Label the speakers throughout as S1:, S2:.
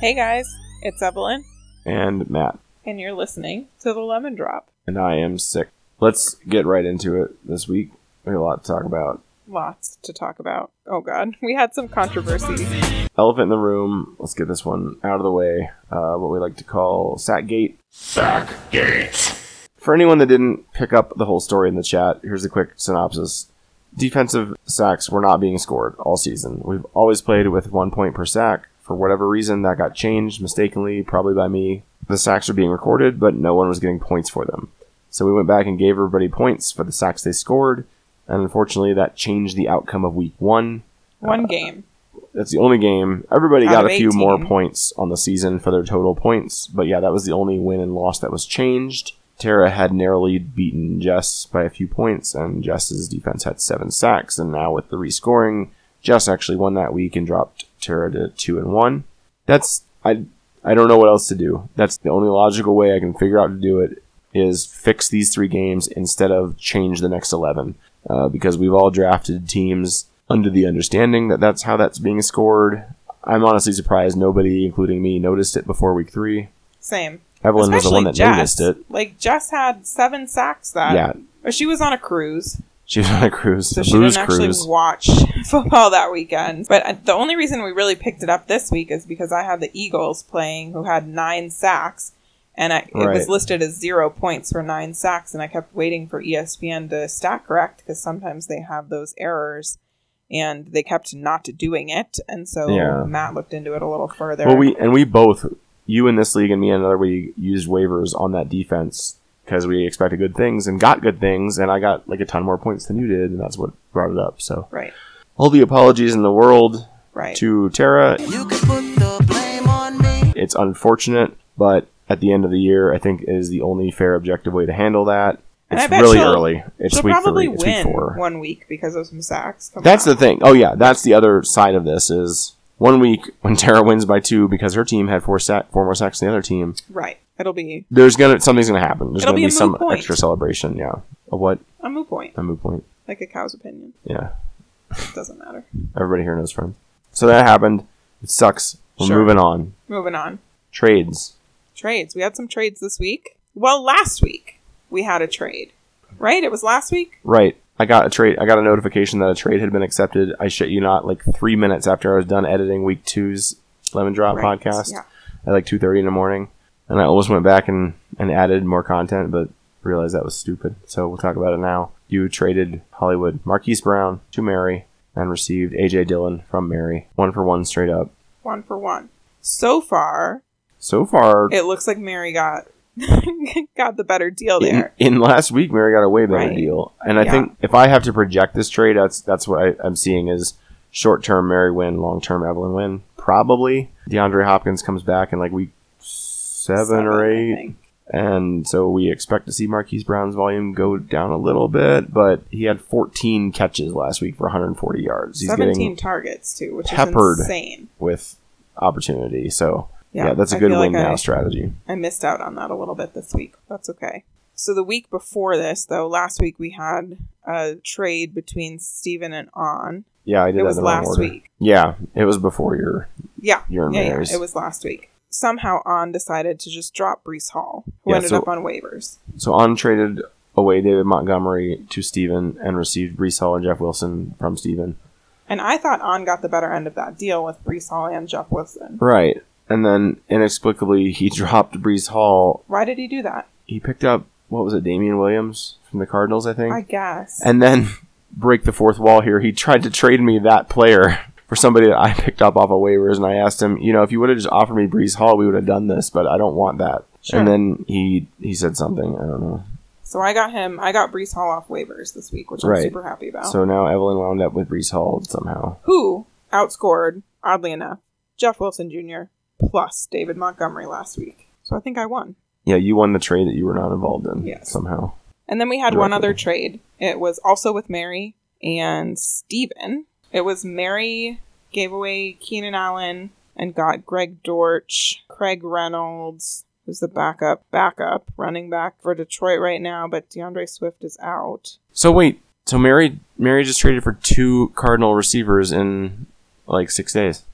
S1: Hey guys, it's Evelyn,
S2: and Matt,
S1: and you're listening to The Lemon Drop.
S2: and I am sick. Let's get right into it this week. We have a lot to talk about.
S1: Lots to talk about. Oh god, we had some controversy.
S2: Elephant in the room. Let's get this one out of the way. Uh, what we like to call Satgate. For anyone that didn't pick up the whole story in the chat, here's a quick synopsis. Defensive sacks were not being scored all season. We've always played with one point per sack. For whatever reason, that got changed mistakenly, probably by me. The sacks were being recorded, but no one was getting points for them. So we went back and gave everybody points for the sacks they scored, and unfortunately, that changed the outcome of week one.
S1: One game.
S2: That's the only game. Everybody
S1: Out
S2: got
S1: of
S2: a few
S1: 18.
S2: more points on the season for their total points, but yeah, that was the only win and loss that was changed. Tara had narrowly beaten Jess by a few points, and Jess's defense had seven sacks. And now with the rescoring, Jess actually won that week and dropped Tara to two and one. That's I I don't know what else to do. That's the only logical way I can figure out to do it is fix these three games instead of change the next 11 uh, because we've all drafted teams under the understanding that that's how that's being scored. I'm honestly surprised nobody, including me, noticed it before week three.
S1: Same.
S2: Evelyn was the one that
S1: Jess.
S2: noticed it.
S1: Like Jess had seven sacks that.
S2: Yeah.
S1: Or she was on a cruise,
S2: She was on a cruise,
S1: so
S2: a
S1: she
S2: booze
S1: didn't actually
S2: cruise.
S1: watch football that weekend. But uh, the only reason we really picked it up this week is because I had the Eagles playing, who had nine sacks, and I, it was
S2: Right.
S1: listed as zero points for nine sacks. And I kept waiting for E ESPN to stat correct because sometimes they have those errors, and they kept not doing it. And so
S2: Yeah.
S1: Matt looked into it a little further.
S2: Well, we and we both, you in this league and me in another, we used waivers on that defense because we expected good things and got good things, and I got like a ton more points than you did, and that's what brought it up. So
S1: right,
S2: all the apologies in the world
S1: right.
S2: to Tara.
S3: You can put the blame on me.
S2: It's unfortunate, but at the end of the year, I think it is the only fair, objective way to handle that.
S1: And I
S2: It's
S1: bet
S2: really
S1: she'll-
S2: early. It's
S1: She'll
S2: week
S1: probably
S2: three. It's week
S1: win
S2: four.
S1: one week because of some sacks. Come
S2: That's
S1: on.
S2: the thing. Oh yeah, that's the other side of this is one week when Tara wins by two because her team had four sack, four more sacks than the other team.
S1: right. It'll be
S2: There's gonna something's gonna happen. There's
S1: It'll be a
S2: gonna be,
S1: moot
S2: some
S1: point.
S2: extra celebration. Yeah. A what?
S1: a moot point,
S2: A moot point.
S1: like a cow's opinion.
S2: Yeah.
S1: It doesn't matter.
S2: Everybody here knows friends. So that happened. It sucks. We're
S1: Sure.
S2: moving on.
S1: Moving on.
S2: Trades.
S1: Trades. We had some trades this week. Well, last week we had a trade, right? It was last week.
S2: Right. I got a trade. I got a notification that a trade had been accepted. I shit you not, like three minutes after I was done editing week two's Lemon Drop
S1: Right,
S2: podcast
S1: yeah.
S2: at like two thirty in the morning, and I almost went back and and added more content, but realized that was stupid. So we'll talk about it now. You traded Hollywood Marquise Brown to Mary and received AJ Dillon from Mary, one for one straight up.
S1: One for one. So far,
S2: So far,
S1: it looks like Mary got got the better deal
S2: in,
S1: there.
S2: in last week, Mary got a way better
S1: Right.
S2: deal, and I
S1: Yeah.
S2: think if I have to project this trade, that's that's what I, I'm seeing is short term Mary win, long term Evelyn win. Probably DeAndre Hopkins comes back in like week seven,
S1: Seven,
S2: or
S1: I
S2: eight,
S1: think.
S2: and so we expect to see Marquise Brown's volume go down a little bit. But he had 14 catches last week for 140 yards. He's
S1: Seventeen
S2: getting
S1: targets too, which is
S2: peppered.
S1: insane.
S2: with opportunity, so
S1: Yeah,
S2: yeah, that's a
S1: I
S2: good
S1: feel
S2: win
S1: like I-
S2: now strategy.
S1: I missed out on that a little bit this week. That's okay. So the week before this, though, last week we had a trade between Steven and On.
S2: Yeah, I did.
S1: It
S2: that
S1: was
S2: in the wrong
S1: last
S2: order.
S1: week.
S2: Yeah, it was before your
S1: Yeah.
S2: Your
S1: yeah, yeah.
S2: mares.
S1: It was last week. Somehow On decided to just drop Brees Hall, who
S2: Yeah,
S1: ended
S2: so-
S1: up on waivers.
S2: So on traded away David Montgomery to Steven and received Brees Hall and Jeff Wilson from Steven.
S1: And I thought On got the better end of that deal with Brees Hall and Jeff Wilson.
S2: Right. And then inexplicably he dropped Brees Hall.
S1: Why did he do that?
S2: He picked up what was it, Damian Williams from the Cardinals, I think.
S1: I guess.
S2: and then break the fourth wall here. He tried to trade me that player for somebody that I picked up off of waivers and I asked him, you know, if you would have just offered me Brees Hall, we would have done this, but I don't want that.
S1: Sure.
S2: And then he he said something, I don't know.
S1: so I got him. I got Brees Hall off waivers this week, which I'm
S2: Right.
S1: super happy about.
S2: So now Evelyn wound up with Brees Hall somehow.
S1: who outscored, oddly enough, Jeff Wilson Jr. plus David Montgomery last week. So I think I won.
S2: Yeah, you won the trade that you were not involved in
S1: Yes.
S2: somehow.
S1: And then we had one
S2: Directly.
S1: other trade. It was also with Mary and Steven. It was Mary gave away Keenan Allen and got Greg Dortch, Craig Reynolds, who's the backup, backup running back for Detroit right now, but DeAndre Swift is out.
S2: So wait, so Mary
S1: Oh,
S2: Mary just traded for two Cardinal receivers in like six days.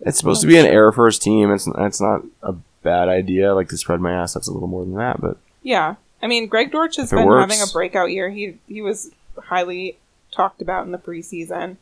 S2: It's supposed to be an air first team. It's it's not a bad idea. I Like to spread my assets a little more than that, but
S1: Yeah. I mean, Greg Dortch has
S2: If it
S1: been
S2: works.
S1: having a breakout year. He he was highly talked about in the preseason.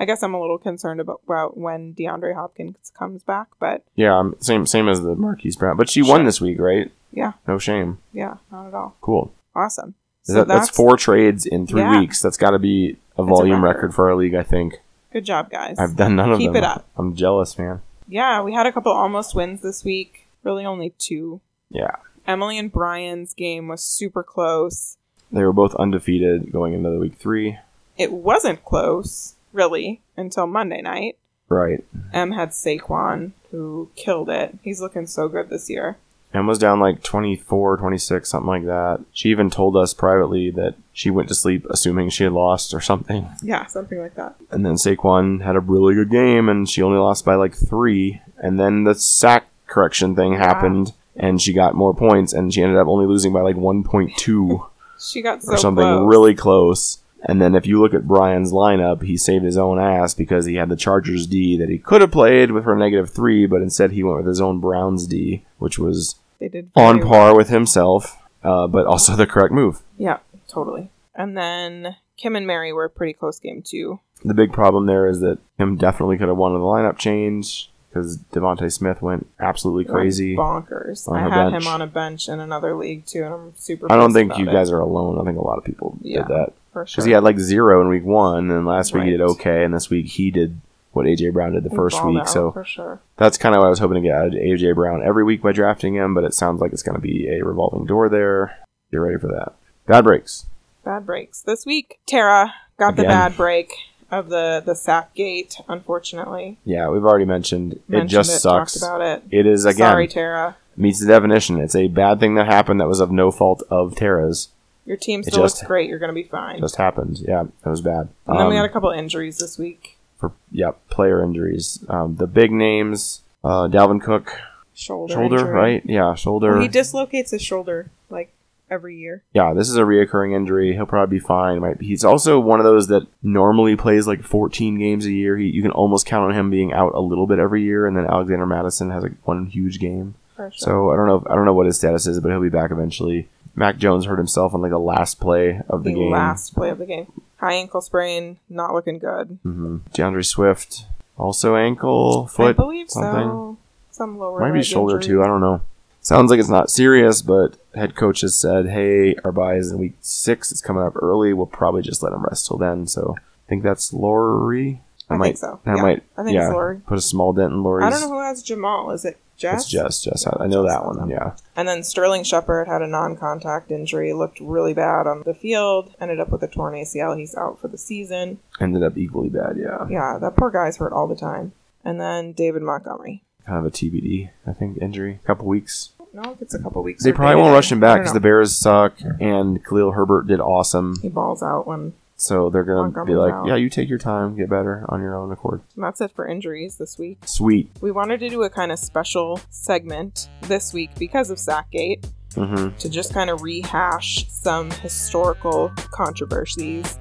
S1: I guess I'm a little concerned about, about when DeAndre Hopkins comes back, but
S2: yeah, I'm- same same as the Marquise Brown. But she
S1: Sure.
S2: won this week, right?
S1: Yeah.
S2: No shame.
S1: yeah, not at all.
S2: Cool.
S1: Awesome.
S2: Is that, that's, four trades in three
S1: Yeah.
S2: weeks. That's got to be a
S1: a
S2: volume
S1: record.
S2: record. for our league. I think
S1: Good job, guys.
S2: I've done none of
S1: Keep
S2: them.
S1: it up.
S2: I'm jealous, man.
S1: yeah, we had a couple almost wins this week. Really, only two.
S2: Yeah,
S1: Emily and Brian's game was super close.
S2: they were both undefeated going into the week three.
S1: It wasn't close, really, until Monday night.
S2: Right.
S1: Em had Saquon, who killed it. He's looking so good this year.
S2: Emma's down like 24, 26, something like that. She even told us privately that she went to sleep assuming she had lost or something.
S1: Yeah, something like that.
S2: And then Saquon had a really good game, and she only lost by like three. And then the sack correction thing happened, and she got more points, and she ended up only losing by like 1.2 or
S1: She got so
S2: something
S1: close.
S2: really close. And then if you look at Brian's lineup, he saved his own ass because he had the Chargers D that he could have played with her negative three, but instead he went with his own Browns D, which was
S1: They did
S2: on
S1: very-
S2: par with himself, uh, but also the correct move.
S1: Yeah, totally. And then Kim and Mary were a pretty close game too.
S2: The big problem there is that him definitely could have wanted the lineup change because Devonte Smith went absolutely crazy.
S1: bonkers.
S2: On
S1: I
S2: her
S1: had
S2: bench.
S1: him on a bench in another league too, and I'm super.
S2: I don't
S1: pissed
S2: think
S1: about
S2: you
S1: it,
S2: guys are alone. I think a lot of people
S1: Yeah,
S2: did that
S1: for
S2: because
S1: sure.
S2: he had like zero in week one, and last week he did
S1: Right.
S2: okay, and this week he did what AJ Brown did the
S1: He
S2: first
S1: balled
S2: week.
S1: out,
S2: So
S1: for sure,
S2: that's kind of what I was hoping to get out of AJ Brown every week by drafting him, but it sounds like it's going to be a revolving door there. Get ready for that. Bad breaks.
S1: bad breaks this week. Tara got the
S2: Again.
S1: bad break of the the sack gate. Unfortunately,
S2: Yeah, we've already mentioned,
S1: Mentioned
S2: it just
S1: talked
S2: sucks.
S1: about it.
S2: It is again
S1: Sorry, Tara.
S2: meets the definition. It's a bad thing that happened that was of no fault of Tara's.
S1: Your team
S2: It
S1: still
S2: just-
S1: looks great. You're going to be fine.
S2: Just happened. Yeah, that was bad.
S1: and then we
S2: Um,
S1: had a couple injuries this week.
S2: for yeah player injuries. Um, the big names: uh, Dalvin Cook,
S1: Shoulder,
S2: shoulder,
S1: injury.
S2: right? Yeah, shoulder.
S1: He dislocates his shoulder like every year.
S2: yeah, this is a reoccurring injury. He'll probably be fine. Might he's also one of those that normally plays like 14 games a year. He, you can almost count on him being out a little bit every year. And then Alexander Madison has like one huge game.
S1: For sure.
S2: So I don't know. If, I don't know what his status is, but he'll be back eventually. Mac Jones hurt himself on like the last play of the,
S1: the
S2: game.
S1: last play of the game. High ankle sprain, not looking good.
S2: hmm DeAndre Swift also ankle
S1: I
S2: foot
S1: believe
S2: something.
S1: so. Some lower
S2: Might be
S1: leg
S2: shoulder
S1: injury.
S2: too. I don't know. Sounds like it's not serious, but head coach has said, "Hey, our bye is in week six. It's coming up early. We'll probably just let him rest till then." So I think that's Lori.
S1: I think
S2: might,
S1: so.
S2: That
S1: Yeah.
S2: might.
S1: I think
S2: yeah,
S1: it's Lori.
S2: Put a small dent in Lori's.
S1: I don't know who has Jamal. Is it Jess?
S2: It's Jess. Jess. I, I know
S1: Jess
S2: that
S1: has
S2: one.
S1: them.
S2: Yeah.
S1: And then Sterling Shepard had a non-contact injury. Looked really bad on the field. Ended up with a torn ACL. He's out for the season.
S2: Ended up equally bad. Yeah.
S1: Yeah, that poor guy's hurt all the time. And then David Montgomery.
S2: Kind of a TBD. I think injury. couple weeks.
S1: No, it's a couple weeks.
S2: They
S1: or
S2: probably
S1: day.
S2: won't rush him
S1: I
S2: back
S1: don't
S2: because
S1: know.
S2: the Bears suck and Khalil Herbert did awesome.
S1: he balls out when.
S2: So they're gonna be
S1: Montgomery's
S2: like,
S1: out.
S2: "Yeah, you take your time, get better on your own accord."
S1: And that's it for injuries this week.
S2: Sweet.
S1: We wanted to do a kind of special segment this week because of Sackgate
S2: Mm-hmm.
S1: to just kind of rehash some historical controversies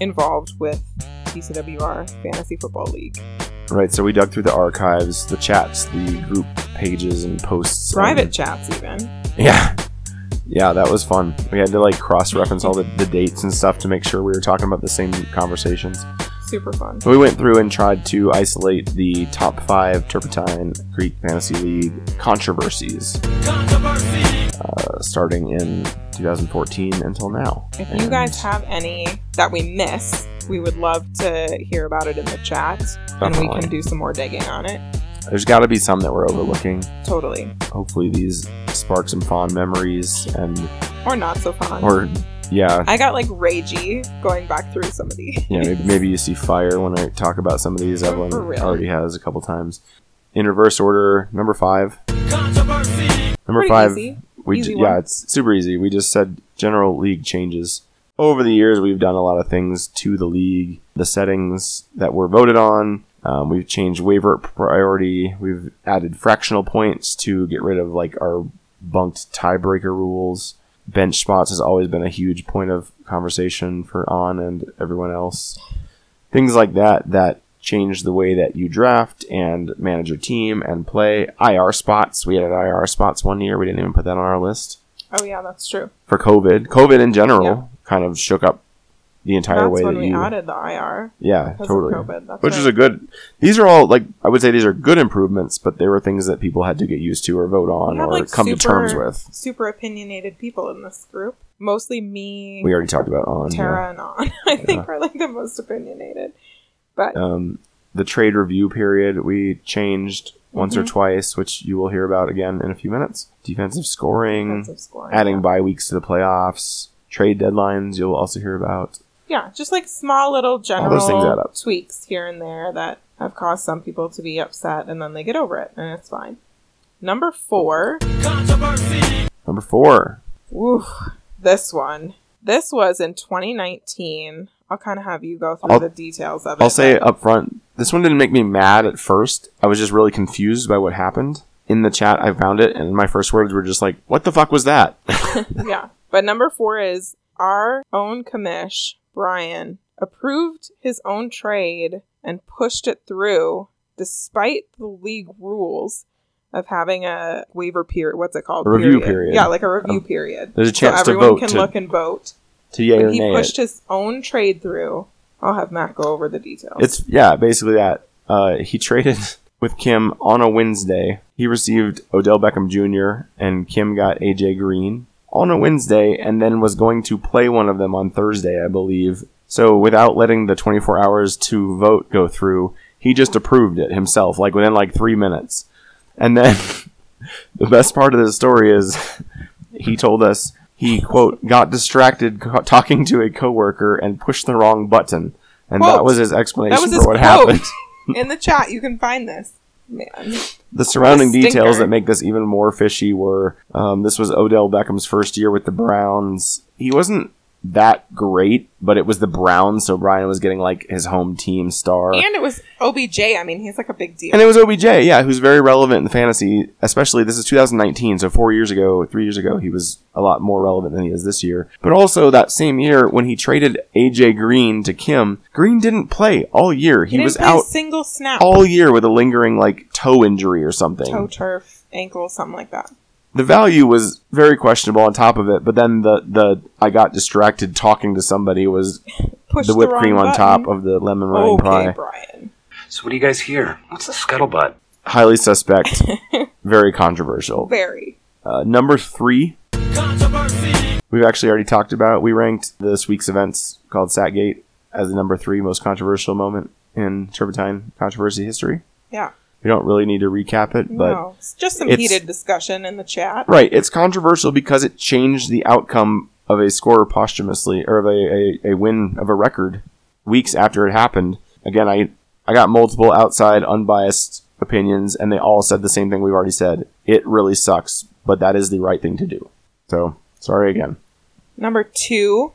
S1: involved with E TCWR Fantasy Football League.
S2: Right, so we dug through the archives, the chats, the group pages and posts.
S1: Private
S2: and-
S1: chats, even.
S2: yeah. Yeah, that was fun. We had to like cross reference all the, the dates and stuff to make sure we were talking about the same conversations.
S1: Super fun.
S2: So we went through and tried to isolate the top five Turpentine Creek Fantasy League controversies. Uh, starting in 2014 until now.
S1: If you guys have any that we miss, we would love to hear about it in the chat and we can
S2: Definitely.
S1: do some more digging on it.
S2: There's got to be some that we're overlooking.
S1: Totally.
S2: Hopefully, these spark some fond memories and,
S1: Or not so fun.
S2: or, yeah,
S1: I got like ragey going back through some of these.
S2: Yeah, maybe, maybe you see fire when I talk about some of these.
S1: For
S2: Evelyn
S1: real.
S2: already has a couple times. In reverse order, number five. Number
S1: Pretty
S2: five.
S1: easy.
S2: We
S1: Easy
S2: ju-
S1: one.
S2: yeah, it's super easy. We just said general league changes. Over the years, we've done a lot of things to the league, the settings that were voted on. Um, we've changed waiver priority. We've added fractional points to get rid of like our bunked tiebreaker rules. Bench spots has always been a huge point of conversation for on and everyone else. Things like that that change the way that you draft and manage your team and play. IR spots. We had IR spots one year. We didn't even put that on our list
S1: Oh yeah, that's true.
S2: for COVID. COVID in general
S1: Yeah.
S2: kind of shook up the entire
S1: That's
S2: way
S1: when
S2: that
S1: we
S2: you.
S1: added the IR
S2: yeah,
S1: because
S2: totally.
S1: of COVID. That's
S2: Which
S1: right.
S2: is a good. These are all like I would say these are good improvements, but they were things that people had to get used to or vote on
S1: We had,
S2: or
S1: like,
S2: come to terms
S1: super-
S2: with.
S1: super opinionated people in this group. Mostly me,
S2: We already talked about on
S1: Tara,
S2: yeah.
S1: and on. I think we're like the most opinionated. But
S2: um, the trade review period. We changed once
S1: Mm-hmm.
S2: or twice, which you will hear about again in a few minutes. Defensive scoring,
S1: defensive scoring,
S2: adding
S1: yeah.
S2: bye weeks to the playoffs, trade deadlines. You'll also hear about.
S1: yeah, just like small little general
S2: those things add up.
S1: tweaks here and there that have caused some people to be upset, and then they get over it, and it's fine. Number four,
S2: Number four,
S1: woof, this one. This was in 2019. I'll kind of have you go through
S2: I'll-
S1: the details of it.
S2: I'll say
S1: but-
S2: up front, this one didn't make me mad at first. I was just really confused by what happened. In the chat, I found it, and my first words were just like, "What the fuck was that?"
S1: yeah. But number four is our own commish, Brian, approved his own trade and pushed it through despite the league rules of having a waiver period. What's it called?
S2: A review period. Um,
S1: Yeah, like a review period.
S2: There's a chance
S1: so
S2: to
S1: everyone
S2: vote
S1: can
S2: to,
S1: look and vote.
S2: to yay or
S1: But he
S2: nay.
S1: pushed
S2: It.
S1: his own trade through. I'll have Matt go over the details.
S2: It's yeah, basically that. Uh, he traded with Kim on a Wednesday. He received Odell Beckham Jr. and Kim got AJ Green on a Wednesday, and then was going to play one of them on Thursday, I believe. So without letting the 24 hours to vote go through, he just approved it himself, like within like three minutes. And then the best part of the story is he told us he quote got distracted co- talking to a coworker and pushed the wrong button, and that
S1: Quote.
S2: was his explanation
S1: that was
S2: for
S1: his
S2: what
S1: quote.
S2: happened.
S1: In the chat, you can find this. Man.
S2: The surrounding
S1: What a
S2: details
S1: stinker.
S2: that make this even more fishy were um, this was Odell Beckham's first year with the Browns. He wasn't that great, but it was the Browns, so Brian was getting like his home team star.
S1: And it was OBJ. I mean, he's like a big deal.
S2: And it was OBJ, yeah, who's very relevant in the fantasy, especially this is 2019, so four years ago, three years ago, he was a lot more relevant than he is this year. But also that same year when he traded AJ Green to Kim, Green didn't play all year. He,
S1: didn't
S2: was
S1: play
S2: out
S1: a single snap.
S2: all year with a lingering like toe injury or something.
S1: toe turf, ankle, something like that.
S2: the value was very questionable on top of it, but then the the I got distracted talking to somebody was
S1: Push
S2: the whipped cream on top
S1: of
S2: of the lemon meringue
S1: Oh, okay,
S2: pie.
S1: Brian.
S4: So what do you guys hear? What's the scuttlebutt?
S2: Highly suspect, very controversial.
S1: Very.
S2: Uh, number three, we've actually already talked about. We ranked this week's events called Satgate as the number three most controversial moment in Turpentine controversy history.
S1: Yeah.
S2: We don't really need to recap it, but
S1: no. It's just some
S2: it's-
S1: heated discussion in the chat.
S2: Right. It's controversial because it changed the outcome of a score posthumously or of a, a, a win of a record weeks after it happened. Again, I, I got multiple outside, unbiased opinions, and they all said the same thing we've already said. It really sucks, but that is the right thing to do. So, sorry again.
S1: Number two.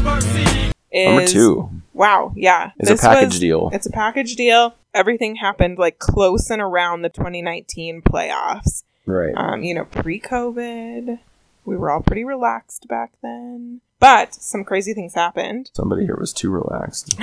S1: Is,
S2: Number two
S1: Wow. Yeah.
S2: is a
S1: this
S2: package
S1: was-
S2: deal.
S1: It's a package deal. Everything happened like close and around the 2019 playoffs.
S2: Right.
S1: Um, you know, pre COVID. We were all pretty relaxed back then. But some crazy things happened.
S2: Somebody here was too relaxed.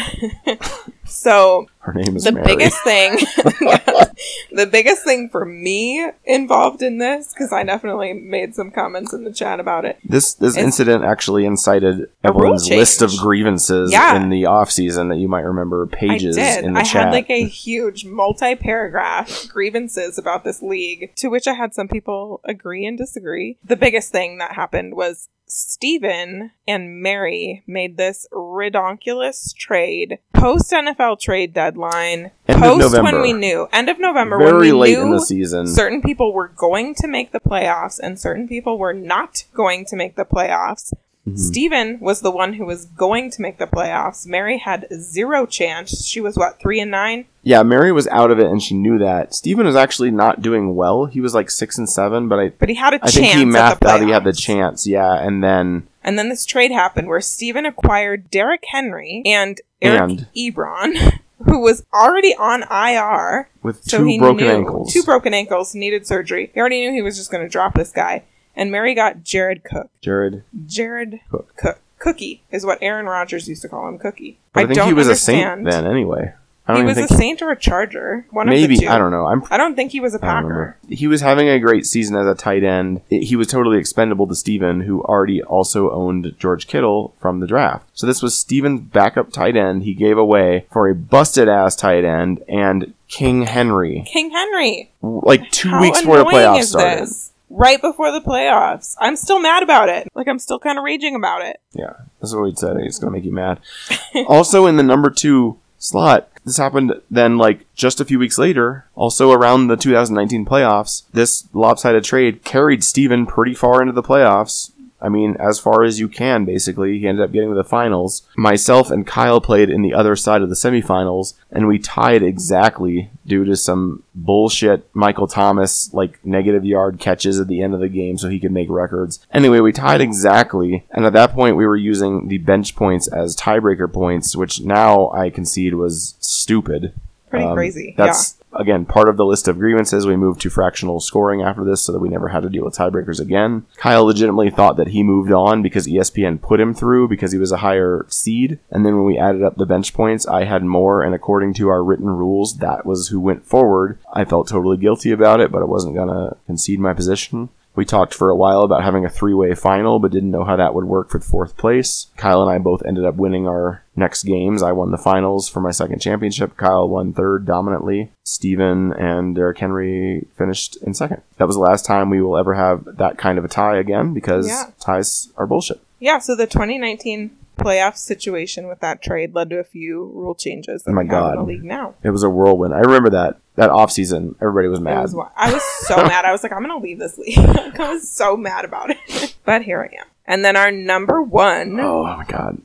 S1: So
S2: Her name is
S1: the
S2: Mary.
S1: biggest thing Yeah. the biggest thing for me involved in this because i definitely made some comments in the chat about it
S2: This this
S1: It's-
S2: incident actually incited
S1: A rule
S2: Evelyn's list of
S1: change.
S2: grievances
S1: Yeah.
S2: in the off season that you might remember pages
S1: i did
S2: in the
S1: i
S2: chat.
S1: had like a huge multi-paragraph grievances about this league to which i had some people agree and disagree the biggest thing that happened was Steven and Mary made this ridonkulous trade post NFL trade deadline,
S2: End of
S1: post
S2: November.
S1: when we knew, end of November, when we
S2: very late
S1: knew
S2: in the season.
S1: certain people were going to make the playoffs and certain people were not going to make the playoffs.
S2: Mm-hmm.
S1: Steven was the one who was going to make the playoffs. Mary had zero chance. She was what, three and nine?
S2: yeah, Mary was out of it and she knew that. Steven was actually not doing well. He was like six and seven, but I
S1: But he had a
S2: I
S1: chance.
S2: think he
S1: at
S2: mapped
S1: the
S2: out he had the
S1: playoffs.
S2: chance, yeah, and then
S1: And then this trade happened where Steven acquired Derrick Henry and Eric
S2: And-
S1: Ebron, who was already on IR.
S2: with
S1: So he
S2: two broken
S1: knew,
S2: ankles.
S1: Two broken ankles, needed surgery. He already knew he was just going to drop this guy. And Mary got Jared Cook.
S2: Jared.
S1: Jared
S2: Cook.
S1: Cook. Cookie is what Aaron Rodgers used to call him. Cookie.
S2: But I, think
S1: don't
S2: he was
S1: understand.
S2: a saint then anyway. I
S1: He
S2: don't
S1: was
S2: even
S1: a
S2: think
S1: Saint or a Charger. One of the
S2: maybe
S1: two.
S2: I don't know. I'm
S1: I don't think he was a
S2: I don't
S1: Packer.
S2: remember. He was having a great season as a tight end. It- he was totally expendable to Steven, who already also owned George Kittle from the draft. So this was Steven's backup tight end he gave away for a busted ass tight end and King Henry.
S1: King Henry.
S2: Like two
S1: How
S2: weeks before
S1: annoying
S2: the playoffs
S1: is
S2: started.
S1: this? Right before the playoffs. I'm still mad about it. Like I'm still kind of raging about it.
S2: Yeah, that's what we said. It's gonna make you mad. also, in the number two slot, this happened then, like just a few weeks later. Also, around the 2019 playoffs, this lopsided trade carried Steven pretty far into the playoffs. I mean, as far as you can, basically. He ended up getting to the finals. Myself and Kyle played in the other side of the semifinals, and we tied exactly due to some bullshit Michael Thomas, like, negative yard catches at the end of the game so he could make records. Anyway, we tied exactly, and at that point, we were using the bench points as tiebreaker points, which now I concede was stupid.
S1: Pretty
S2: Um,
S1: crazy.
S2: That's again part of the list of grievances. We moved to fractional scoring after this, so that we never had to deal with tiebreakers again. Kyle legitimately thought that he moved on because E ESPN put him through because he was a higher seed. And then when we added up the bench points, I had more, and according to our written rules, that was who went forward. I felt totally guilty about it, but I wasn't gonna concede my position. We talked for a while about having a three way final, but didn't know how that would work for fourth place. Kyle and I both ended up winning our next games. I won the finals for my second championship. Kyle won third dominantly. Steven and Derrick Henry finished in second. That was the last time we will ever have that kind of a tie again because
S1: Yeah.
S2: ties are bullshit.
S1: Yeah. yeah, so the 2019 playoff situation with that trade led to a few rule changes. that
S2: Oh my
S1: we have In
S2: God.
S1: the league now.
S2: It was a whirlwind. I remember that. That offseason, everybody was mad.
S1: It was, wi- I was so mad. I was like, I'm going to leave this league. Like, I was so mad about it. but here I am. And then our number one,
S2: oh my god.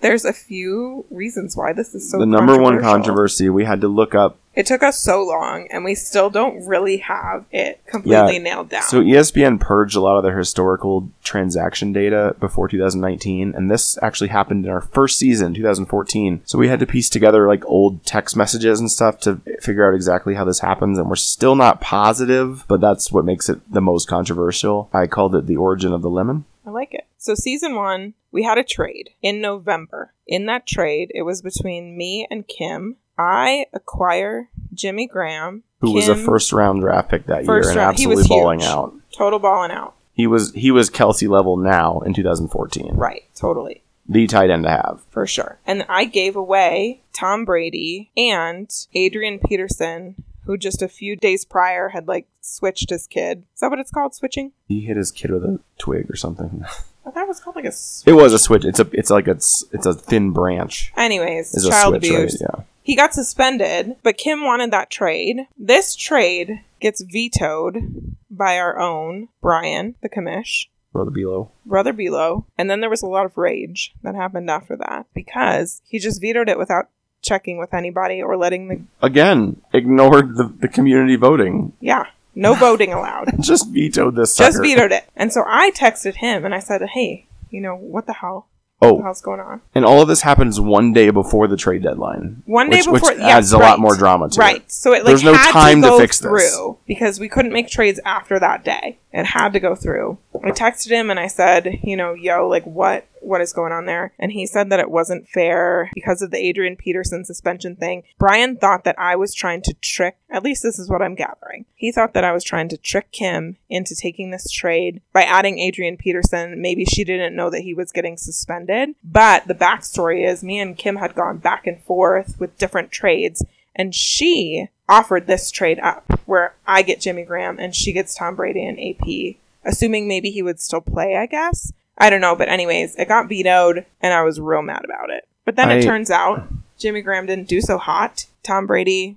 S1: there's a few reasons why this is so
S2: the number one
S1: controversial.
S2: controversy, we had to look up
S1: It took us so long, and we still don't really have it completely
S2: Yeah.
S1: nailed down.
S2: So E ESPN purged a lot of their historical transaction data before 2019, and this actually happened in our first season, 2014. So we had to piece together like old text messages and stuff to figure out exactly how this happens, and we're still not positive, but that's what makes it the most controversial. I called it the origin of the lemon.
S1: I like it. So, season one, we had a trade in November. In that trade, it was between me and Kim. I acquire Jimmy Graham,
S2: Who was a
S1: Kim-
S2: first round draft pick that year
S1: First
S2: and
S1: round- he was
S2: absolutely balling
S1: huge.
S2: out.
S1: total balling out.
S2: He was he was Kelsey level now in 2014.
S1: Right, totally.
S2: The tight end to have.
S1: for sure. And I gave away Tom Brady and Adrian Peterson, who just a few days prior had like switched his kid. Is that what it's called? Switching?
S2: He hit his kid with a twig or something.
S1: I thought it was called like a. s-
S2: It was a switch. It's a it's like it's it's a thin branch.
S1: Anyways,
S2: Is a
S1: child
S2: switch,
S1: abuse.
S2: right? Yeah.
S1: He got suspended, but Kim wanted that trade. This trade gets vetoed by our own Brian, the commish.
S2: Brother Below.
S1: Brother Below. And then there was a lot of rage that happened after that because he just vetoed it without checking with anybody or letting the.
S2: Again, ignored the, the community voting.
S1: Yeah, no voting allowed.
S2: Just vetoed this sucker.
S1: just vetoed it. And so I texted him and I said, "Hey, you know what the hell? What the
S2: Oh,
S1: hell's going on?"
S2: and all of this happens one day before the trade deadline.
S1: One day
S2: which,
S1: before,
S2: which
S1: yes,
S2: adds a
S1: right.
S2: lot more drama to
S1: right.
S2: it.
S1: So it like
S2: There's no
S1: had
S2: time
S1: to,
S2: to
S1: go
S2: fix this.
S1: through because we couldn't make trades after that day. It had to go through. I texted him and I said, "You know, yo, like what what is going on there?" And he said that it wasn't fair because of the Adrian Peterson suspension thing. Brian thought that I was trying to trick. At least this is what I'm gathering. He thought that I was trying to trick Kim into taking this trade by adding Adrian Peterson. Maybe she didn't know that he was getting suspended. But the backstory is me and Kim had gone back and forth with different trades, and she offered this trade up where I get Jimmy Graham and she gets Tom Brady and AP, assuming maybe he would still play, I guess. I don't know. But, anyways, it got vetoed, and I was real mad about it. But then
S2: I-
S1: it turns out Jimmy Graham didn't do so hot. Tom Brady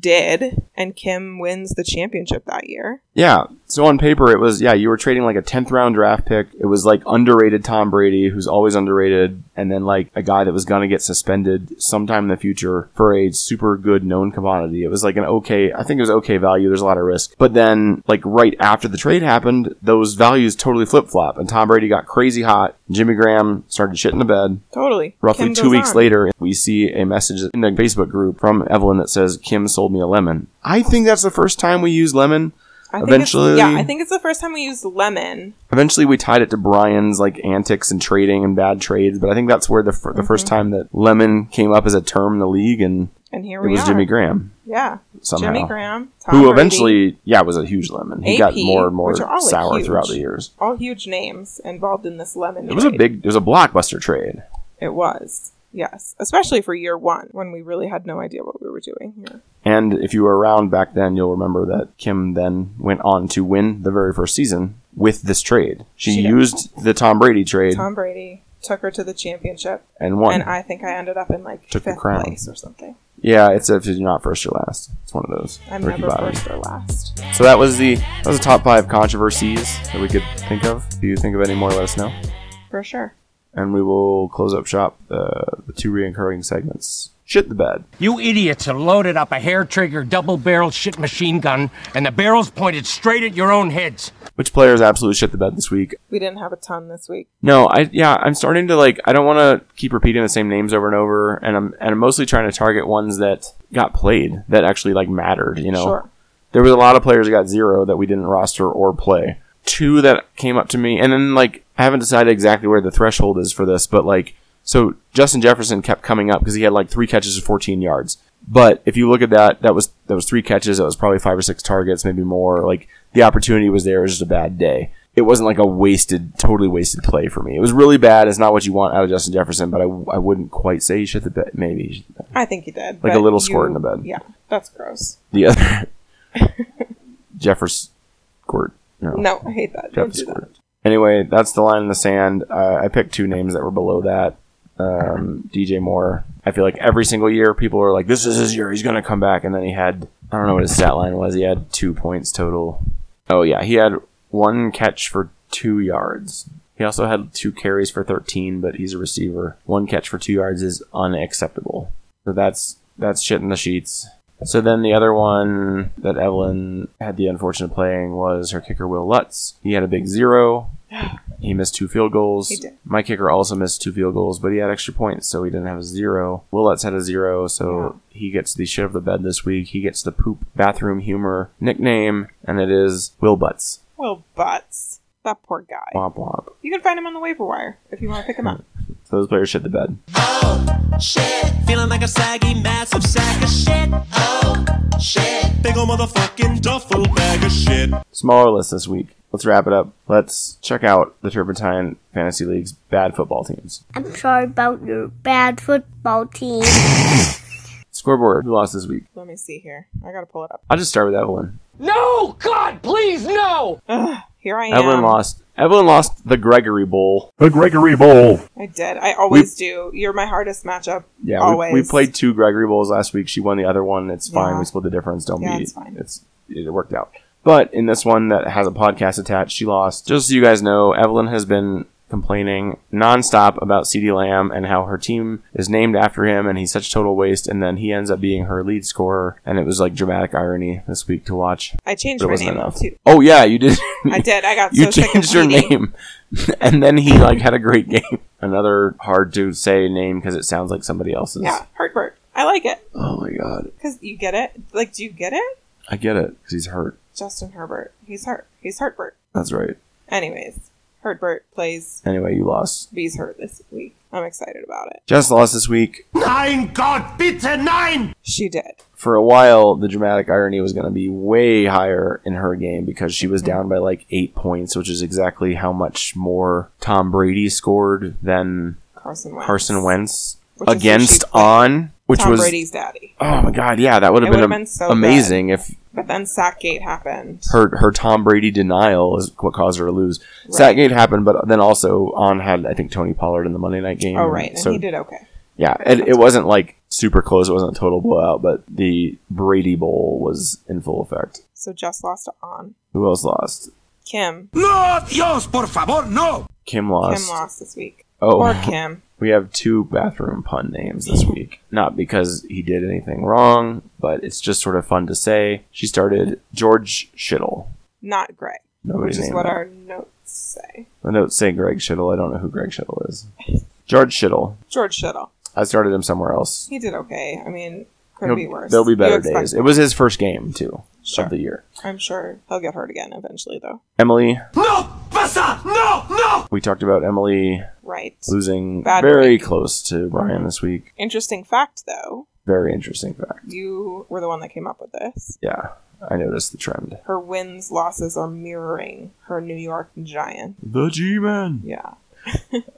S1: did, and Kim wins the championship that year.
S2: Yeah. So on paper, it was yeah. You were trading like a tenth round draft pick. It was like underrated Tom Brady, who's always underrated, and then like a guy that was gonna get suspended sometime in the future for a super good known commodity. It was like an okay. I think it was okay value. There's a lot of risk, but then like right after the trade happened, those values totally flip flop, and Tom Brady got crazy hot. Jimmy Graham started shitting the bed.
S1: Totally.
S2: Roughly
S1: Kim
S2: two
S1: goes
S2: weeks
S1: on.
S2: later, we see a message in the Facebook group from Evelyn that says, Kim sold me a lemon. I think that's the first time we use lemon.
S1: I think it's-
S2: Eventually-
S1: yeah, I think it's the first time we used lemon.
S2: Eventually, we tied it to Brian's like antics and trading and bad trades, but I think that's where the fir- the first
S1: Mm-hmm.
S2: time that lemon came up as a term in the league, and
S1: And here
S2: it
S1: we
S2: was
S1: are.
S2: Jimmy Graham
S1: Yeah,
S2: somehow,
S1: Jimmy Graham, Tom
S2: who
S1: Brady,
S2: eventually, yeah, was a huge lemon. He got
S1: AP,
S2: more and more
S1: which are all, like,
S2: sour
S1: huge.
S2: throughout the years.
S1: all huge names involved in this lemon.
S2: It was a
S1: trade.
S2: big, it was a blockbuster trade.
S1: It was. Yes, especially for year one when we really had no idea what we were doing here.
S2: And if you were around back then, you'll remember that Kim then went on to win the very first season with this trade. She,
S1: She did.
S2: used the Tom Brady trade
S1: Tom Brady took her to the championship,
S2: and won.
S1: and I think I ended up in like
S2: Took the
S1: fifth
S2: crown.
S1: place or something.
S2: yeah, it's if you're not first, you're last. It's one of those.
S1: I'm
S2: Ricky
S1: never
S2: Bobby.
S1: first or last.
S2: So that was the that was the top five controversies that we could think of. If you think of any more, let us know.
S1: For sure.
S2: And we will close up shop uh, the two reoccurring segments. Shit the bed.
S5: You idiots have loaded up a hair trigger double barrel shit machine gun, and the barrel's pointed straight at your own heads.
S2: Which players absolutely shit the bed this week?
S1: We didn't have a ton this week.
S2: No, I yeah, I'm starting to like I don't want to keep repeating the same names over and over and I'm and I'm mostly trying to target ones that got played that actually like mattered, you know.
S1: Sure.
S2: There was a lot of players that got zero that we didn't roster or play. Two that came up to me and then like I haven't decided exactly where the threshold is for this, but like so Justin Jefferson kept coming up because he had like 3 catches of 14 yards. But if you look at that, that was that was 3 catches, that was probably 5 or 6 targets, maybe more. Like the opportunity was there, it was just a bad day it wasn't like a wasted, totally wasted play for me. It was really bad. It's not what you want out of Justin Jefferson, but I, I wouldn't quite say you should the bed. Maybe he shit the bed.
S1: I think he did.
S2: Like a
S1: but
S2: little
S1: you-
S2: squirt in the bed.
S1: Yeah, that's gross.
S2: the other Jefferson squirt. No,
S1: No, I hate that. Don't do
S2: Jefferson
S1: that.
S2: squirt. Anyway, that's the line in the sand. Uh, I picked two names that were below that. Um, DJ Moore. I feel like every single year people are like, "This is his year. He's gonna come back." And then he had I don't know what his stat line was. He had two points total. Oh yeah, he had one catch for two yards. He also had two carries for 13, but he's a receiver. One catch for two yards is unacceptable. So that's that's shit in the sheets. So then the other one that Evelyn had the unfortunate playing was her kicker Will Lutz. He had a big zero. He missed two field goals.
S1: He did.
S2: My kicker also missed two field goals, but he had extra points, so he didn't have a zero. Will Lutz had a zero, so he gets the shit of the bed this week. He gets the poop bathroom humor nickname, and it is Will Butts.
S1: Well, butts. That poor guy.
S2: Womp womp.
S1: You can find him on the waiver wire if you want to pick him up.
S2: So those players shit the bed.
S6: Oh, shit. Feeling like a saggy, massive sack of shit. Oh, shit. Big ol' motherfucking duffel bag of shit.
S2: Smaller list this week. Let's wrap it up. Let's check out the Turpentine Fantasy League's bad football teams.
S7: I'm sorry about your bad football team.
S2: Scoreboard. Who lost this week?
S1: Let me see here. I gotta pull it up.
S2: I'll just start with Evelyn.
S5: No! God, please, no!
S1: Here I am.
S2: Evelyn lost. Evelyn lost the Gregory Bowl.
S8: The Gregory Bowl.
S1: I did. I always do. You're my hardest matchup.
S2: Yeah,
S1: always.
S2: We, we played two Gregory Bowls last week. She won the other one. It's fine.
S1: Yeah.
S2: We split the difference. Don't
S1: Yeah,
S2: be.
S1: it's fine.
S2: It's it worked out. But in this one that has a podcast attached, she lost. Just so you guys know, Evelyn has been complaining nonstop about CeeDee Lamb and how her team is named after him and he's such total waste and then he ends up being her lead scorer and it was like dramatic irony this week to watch.
S1: I changed
S2: But it
S1: my
S2: wasn't
S1: name
S2: enough.
S1: too.
S2: Oh yeah, you did
S1: I did. I got
S2: you
S1: so sick of
S2: changed your
S1: cheating.
S2: name and then he like had a great game another hard to say name because it sounds like somebody else's
S1: Yeah, hard work. I like it
S2: oh my god
S1: because you get it. Like, do you get it?
S2: i get it because he's hurt
S1: Justin Herbert. He's hurt. He's Hurtbert.
S2: that's right
S1: Anyways, Hurtbert plays.
S2: anyway you lost
S1: Bees hurt this week. I'm excited about it.
S2: jess lost this week
S5: Nine, God, bitte nine!
S1: She did.
S2: for a while the dramatic irony was going to be way higher in her game because she was down by like eight points which is exactly how much more tom brady scored than
S1: Carson Wentz.
S2: carson wentz
S1: Which is who
S2: against
S1: she played.
S2: on which
S1: Tom
S2: was
S1: Brady's daddy.
S2: oh my god yeah that would
S1: It
S2: have been,
S1: would've
S2: am-
S1: been so
S2: amazing if
S1: But then Sackgate happened.
S2: her her Tom Brady denial is what caused her to lose. Sackgate happened, but then also on had I think Tony Pollard in the Monday night game.
S1: oh right, and
S2: So
S1: he did okay.
S2: yeah, it, it wasn't like super close. It wasn't a total blowout, but the Brady Bowl was in full effect.
S1: So just lost to on
S2: Who else lost?
S1: Kim.
S6: No, Dios, por favor, no.
S2: Kim lost.
S1: Kim lost this week.
S2: Oh,
S1: Poor Kim.
S2: we have two bathroom pun names this week. Not because he did anything wrong, but it's just sort of fun to say. She started George Shittle.
S1: Not Greg.
S2: Nobody
S1: which is
S2: named
S1: what
S2: that.
S1: our notes say.
S2: The notes say Greg Shittle. I don't know who Greg Shittle is. George Shittle.
S1: George Shuttle.
S2: I started him somewhere else.
S1: He did okay. I mean, Could
S2: He'll-
S1: be worse.
S2: There'll be
S1: You
S2: better
S1: expect-
S2: days. It was his first game too
S1: Sure.
S2: of the year.
S1: I'm sure he'll get hurt again eventually, though.
S2: Emily. No, Bessa, no, no. We talked about Emily
S1: Right.
S2: losing
S1: Bad
S2: very
S1: break.
S2: close to Brian this week.
S1: Interesting fact, though.
S2: Very interesting fact.
S1: You were the one that came up with this.
S2: Yeah, I noticed the trend.
S1: Her wins losses are mirroring her New York Giant.
S2: The G-Man.
S1: Yeah.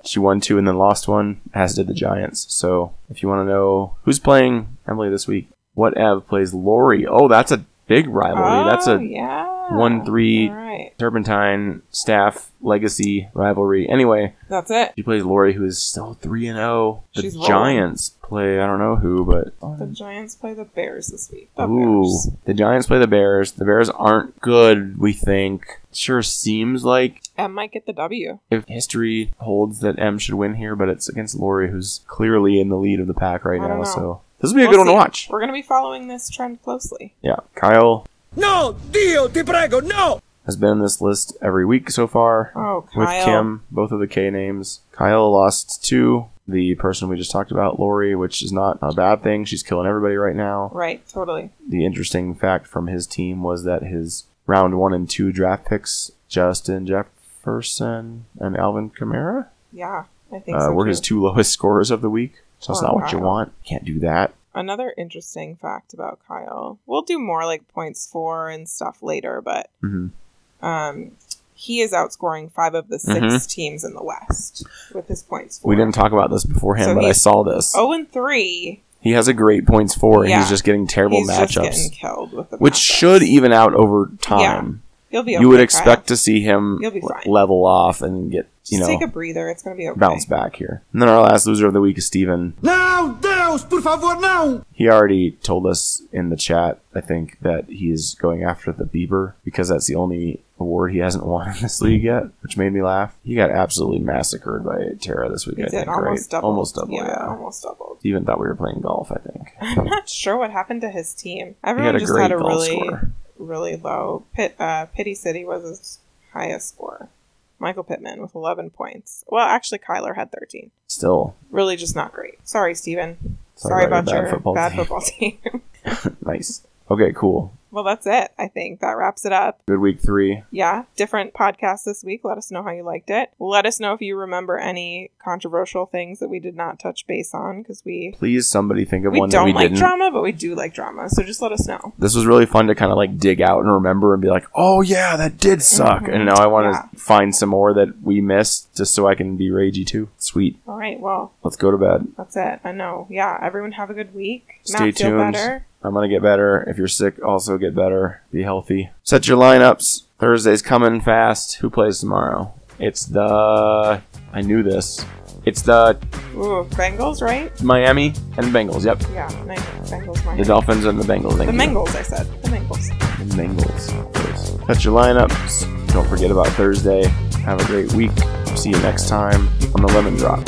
S2: She won two and then lost one, as did the Giants. So if you want to know who's playing Emily this week, what Ev plays Lori. Oh, that's a big rivalry. that's
S1: Oh,
S2: a
S1: yeah.
S2: one, three.
S1: All right.
S2: Turpentine staff legacy rivalry. Anyway,
S1: That's it.
S2: She plays Lori, who is still three and zero. The
S1: She's rolling. Oh,
S2: Giants play I don't know who, but
S1: The Giants play the Bears this week. The
S2: ooh,
S1: Bears.
S2: the Giants play the Bears. The Bears aren't good. We think sure seems like
S1: And might get the W.
S2: if history holds that M should win here, but it's against Lori, who's clearly in the lead of the pack right
S1: I
S2: now.
S1: don't know.
S2: So this will be a
S1: We'll
S2: good one to
S1: see.
S2: watch.
S1: We're going to be following this trend closely.
S2: Yeah, Kyle
S5: No, Dio, te prego, no!
S2: has been in this list every week so far.
S1: Oh, Kyle.
S2: with Kim, both of the K names. Kyle lost two. The person we just talked about, Lori, which is not a bad thing. She's killing everybody right now.
S1: Right, totally.
S2: The interesting fact from his team was that his round one and two draft picks, Justin Jefferson and Alvin Kamara,
S1: Yeah, I think
S2: uh,
S1: so.
S2: were
S1: too.
S2: his two lowest scorers of the week. So that's
S1: Oh,
S2: not what you
S1: wow.
S2: want. Can't do that.
S1: Another interesting fact about Kyle. We'll do more like points for and stuff later, but
S2: Mhm.
S1: um, he is outscoring five of the 6
S2: Mhm.
S1: teams in the West with his points for.
S2: We didn't talk about this beforehand,
S1: So
S2: but I
S1: he's-
S2: saw this.
S1: Oh, and three.
S2: He has a great points four. and
S1: Yeah.
S2: He's just getting terrible
S1: he's just getting
S2: matchups,
S1: killed with the
S2: which should even out over time.
S1: You'll be. Okay,
S2: you would
S1: Kyle.
S2: expect to see him
S1: You'll be fine.
S2: level off and get you
S1: Just
S2: know
S1: take a breather. It's gonna be okay.
S2: bounce back here. And then our last loser of the week is Steven.
S5: No, Deus, por favor, no!
S2: He already told us in the chat, I think, that he is going after the Bieber because that's the only award he hasn't won in this league yet, which made me laugh. He got absolutely massacred by Tara this week.
S1: He
S2: I
S1: did
S2: think
S1: almost
S2: right?
S1: double.
S2: Almost double. Yeah.
S1: almost doubled.
S2: Steven thought we were playing golf. I think
S1: I'm not sure what happened to his team.
S2: he had
S1: Everyone
S2: a
S1: just
S2: great
S1: had a
S2: golf
S1: really,
S2: score.
S1: really low. Pit, uh, Pity City was his highest score. Michael Pittman with 11 points. Well, actually, Kyler had 13.
S2: Still
S1: Really, just not great. Sorry, Steven.
S2: Sorry
S1: Sorry,
S2: about
S1: about,
S2: your bad
S1: your
S2: football
S1: bad
S2: team.
S1: football team.
S2: nice. Okay, cool.
S1: well, that's it. I think that wraps it up.
S2: Good week three.
S1: Yeah, different podcast this week. Let us know how you liked it. Let us know if you remember any controversial things that we did not touch base on because we
S2: Please, somebody think of
S1: we
S2: one
S1: don't
S2: that we
S1: like
S2: didn't.
S1: drama, but we do like drama. So just let us know.
S2: this was really fun to kind of like dig out and remember and be like, oh yeah, that did suck. And now I want to find some more that we missed just so I can be ragey too. Sweet.
S1: All right. Well,
S2: Let's go to bed.
S1: That's it. I know. Yeah. Everyone have a good week.
S2: Stay
S1: Matt, feel
S2: tuned.
S1: better.
S2: I'm going to get better. If you're sick, also get better. Be healthy. Set your lineups. Thursday's coming fast. Who plays tomorrow? It's the. I knew this. It's the
S1: Ooh, Bengals, right?
S2: Miami and Bengals. Yep.
S1: Yeah. Nice. Bengals.
S2: The
S1: Miami.
S2: Dolphins and the Bengals.
S1: The
S2: Thank you.
S1: Bengals, I said. The Bengals.
S2: and Bengals. Please. That's your lineups. Don't forget about Thursday. Have a great week. See you next time on the Lemon Drop.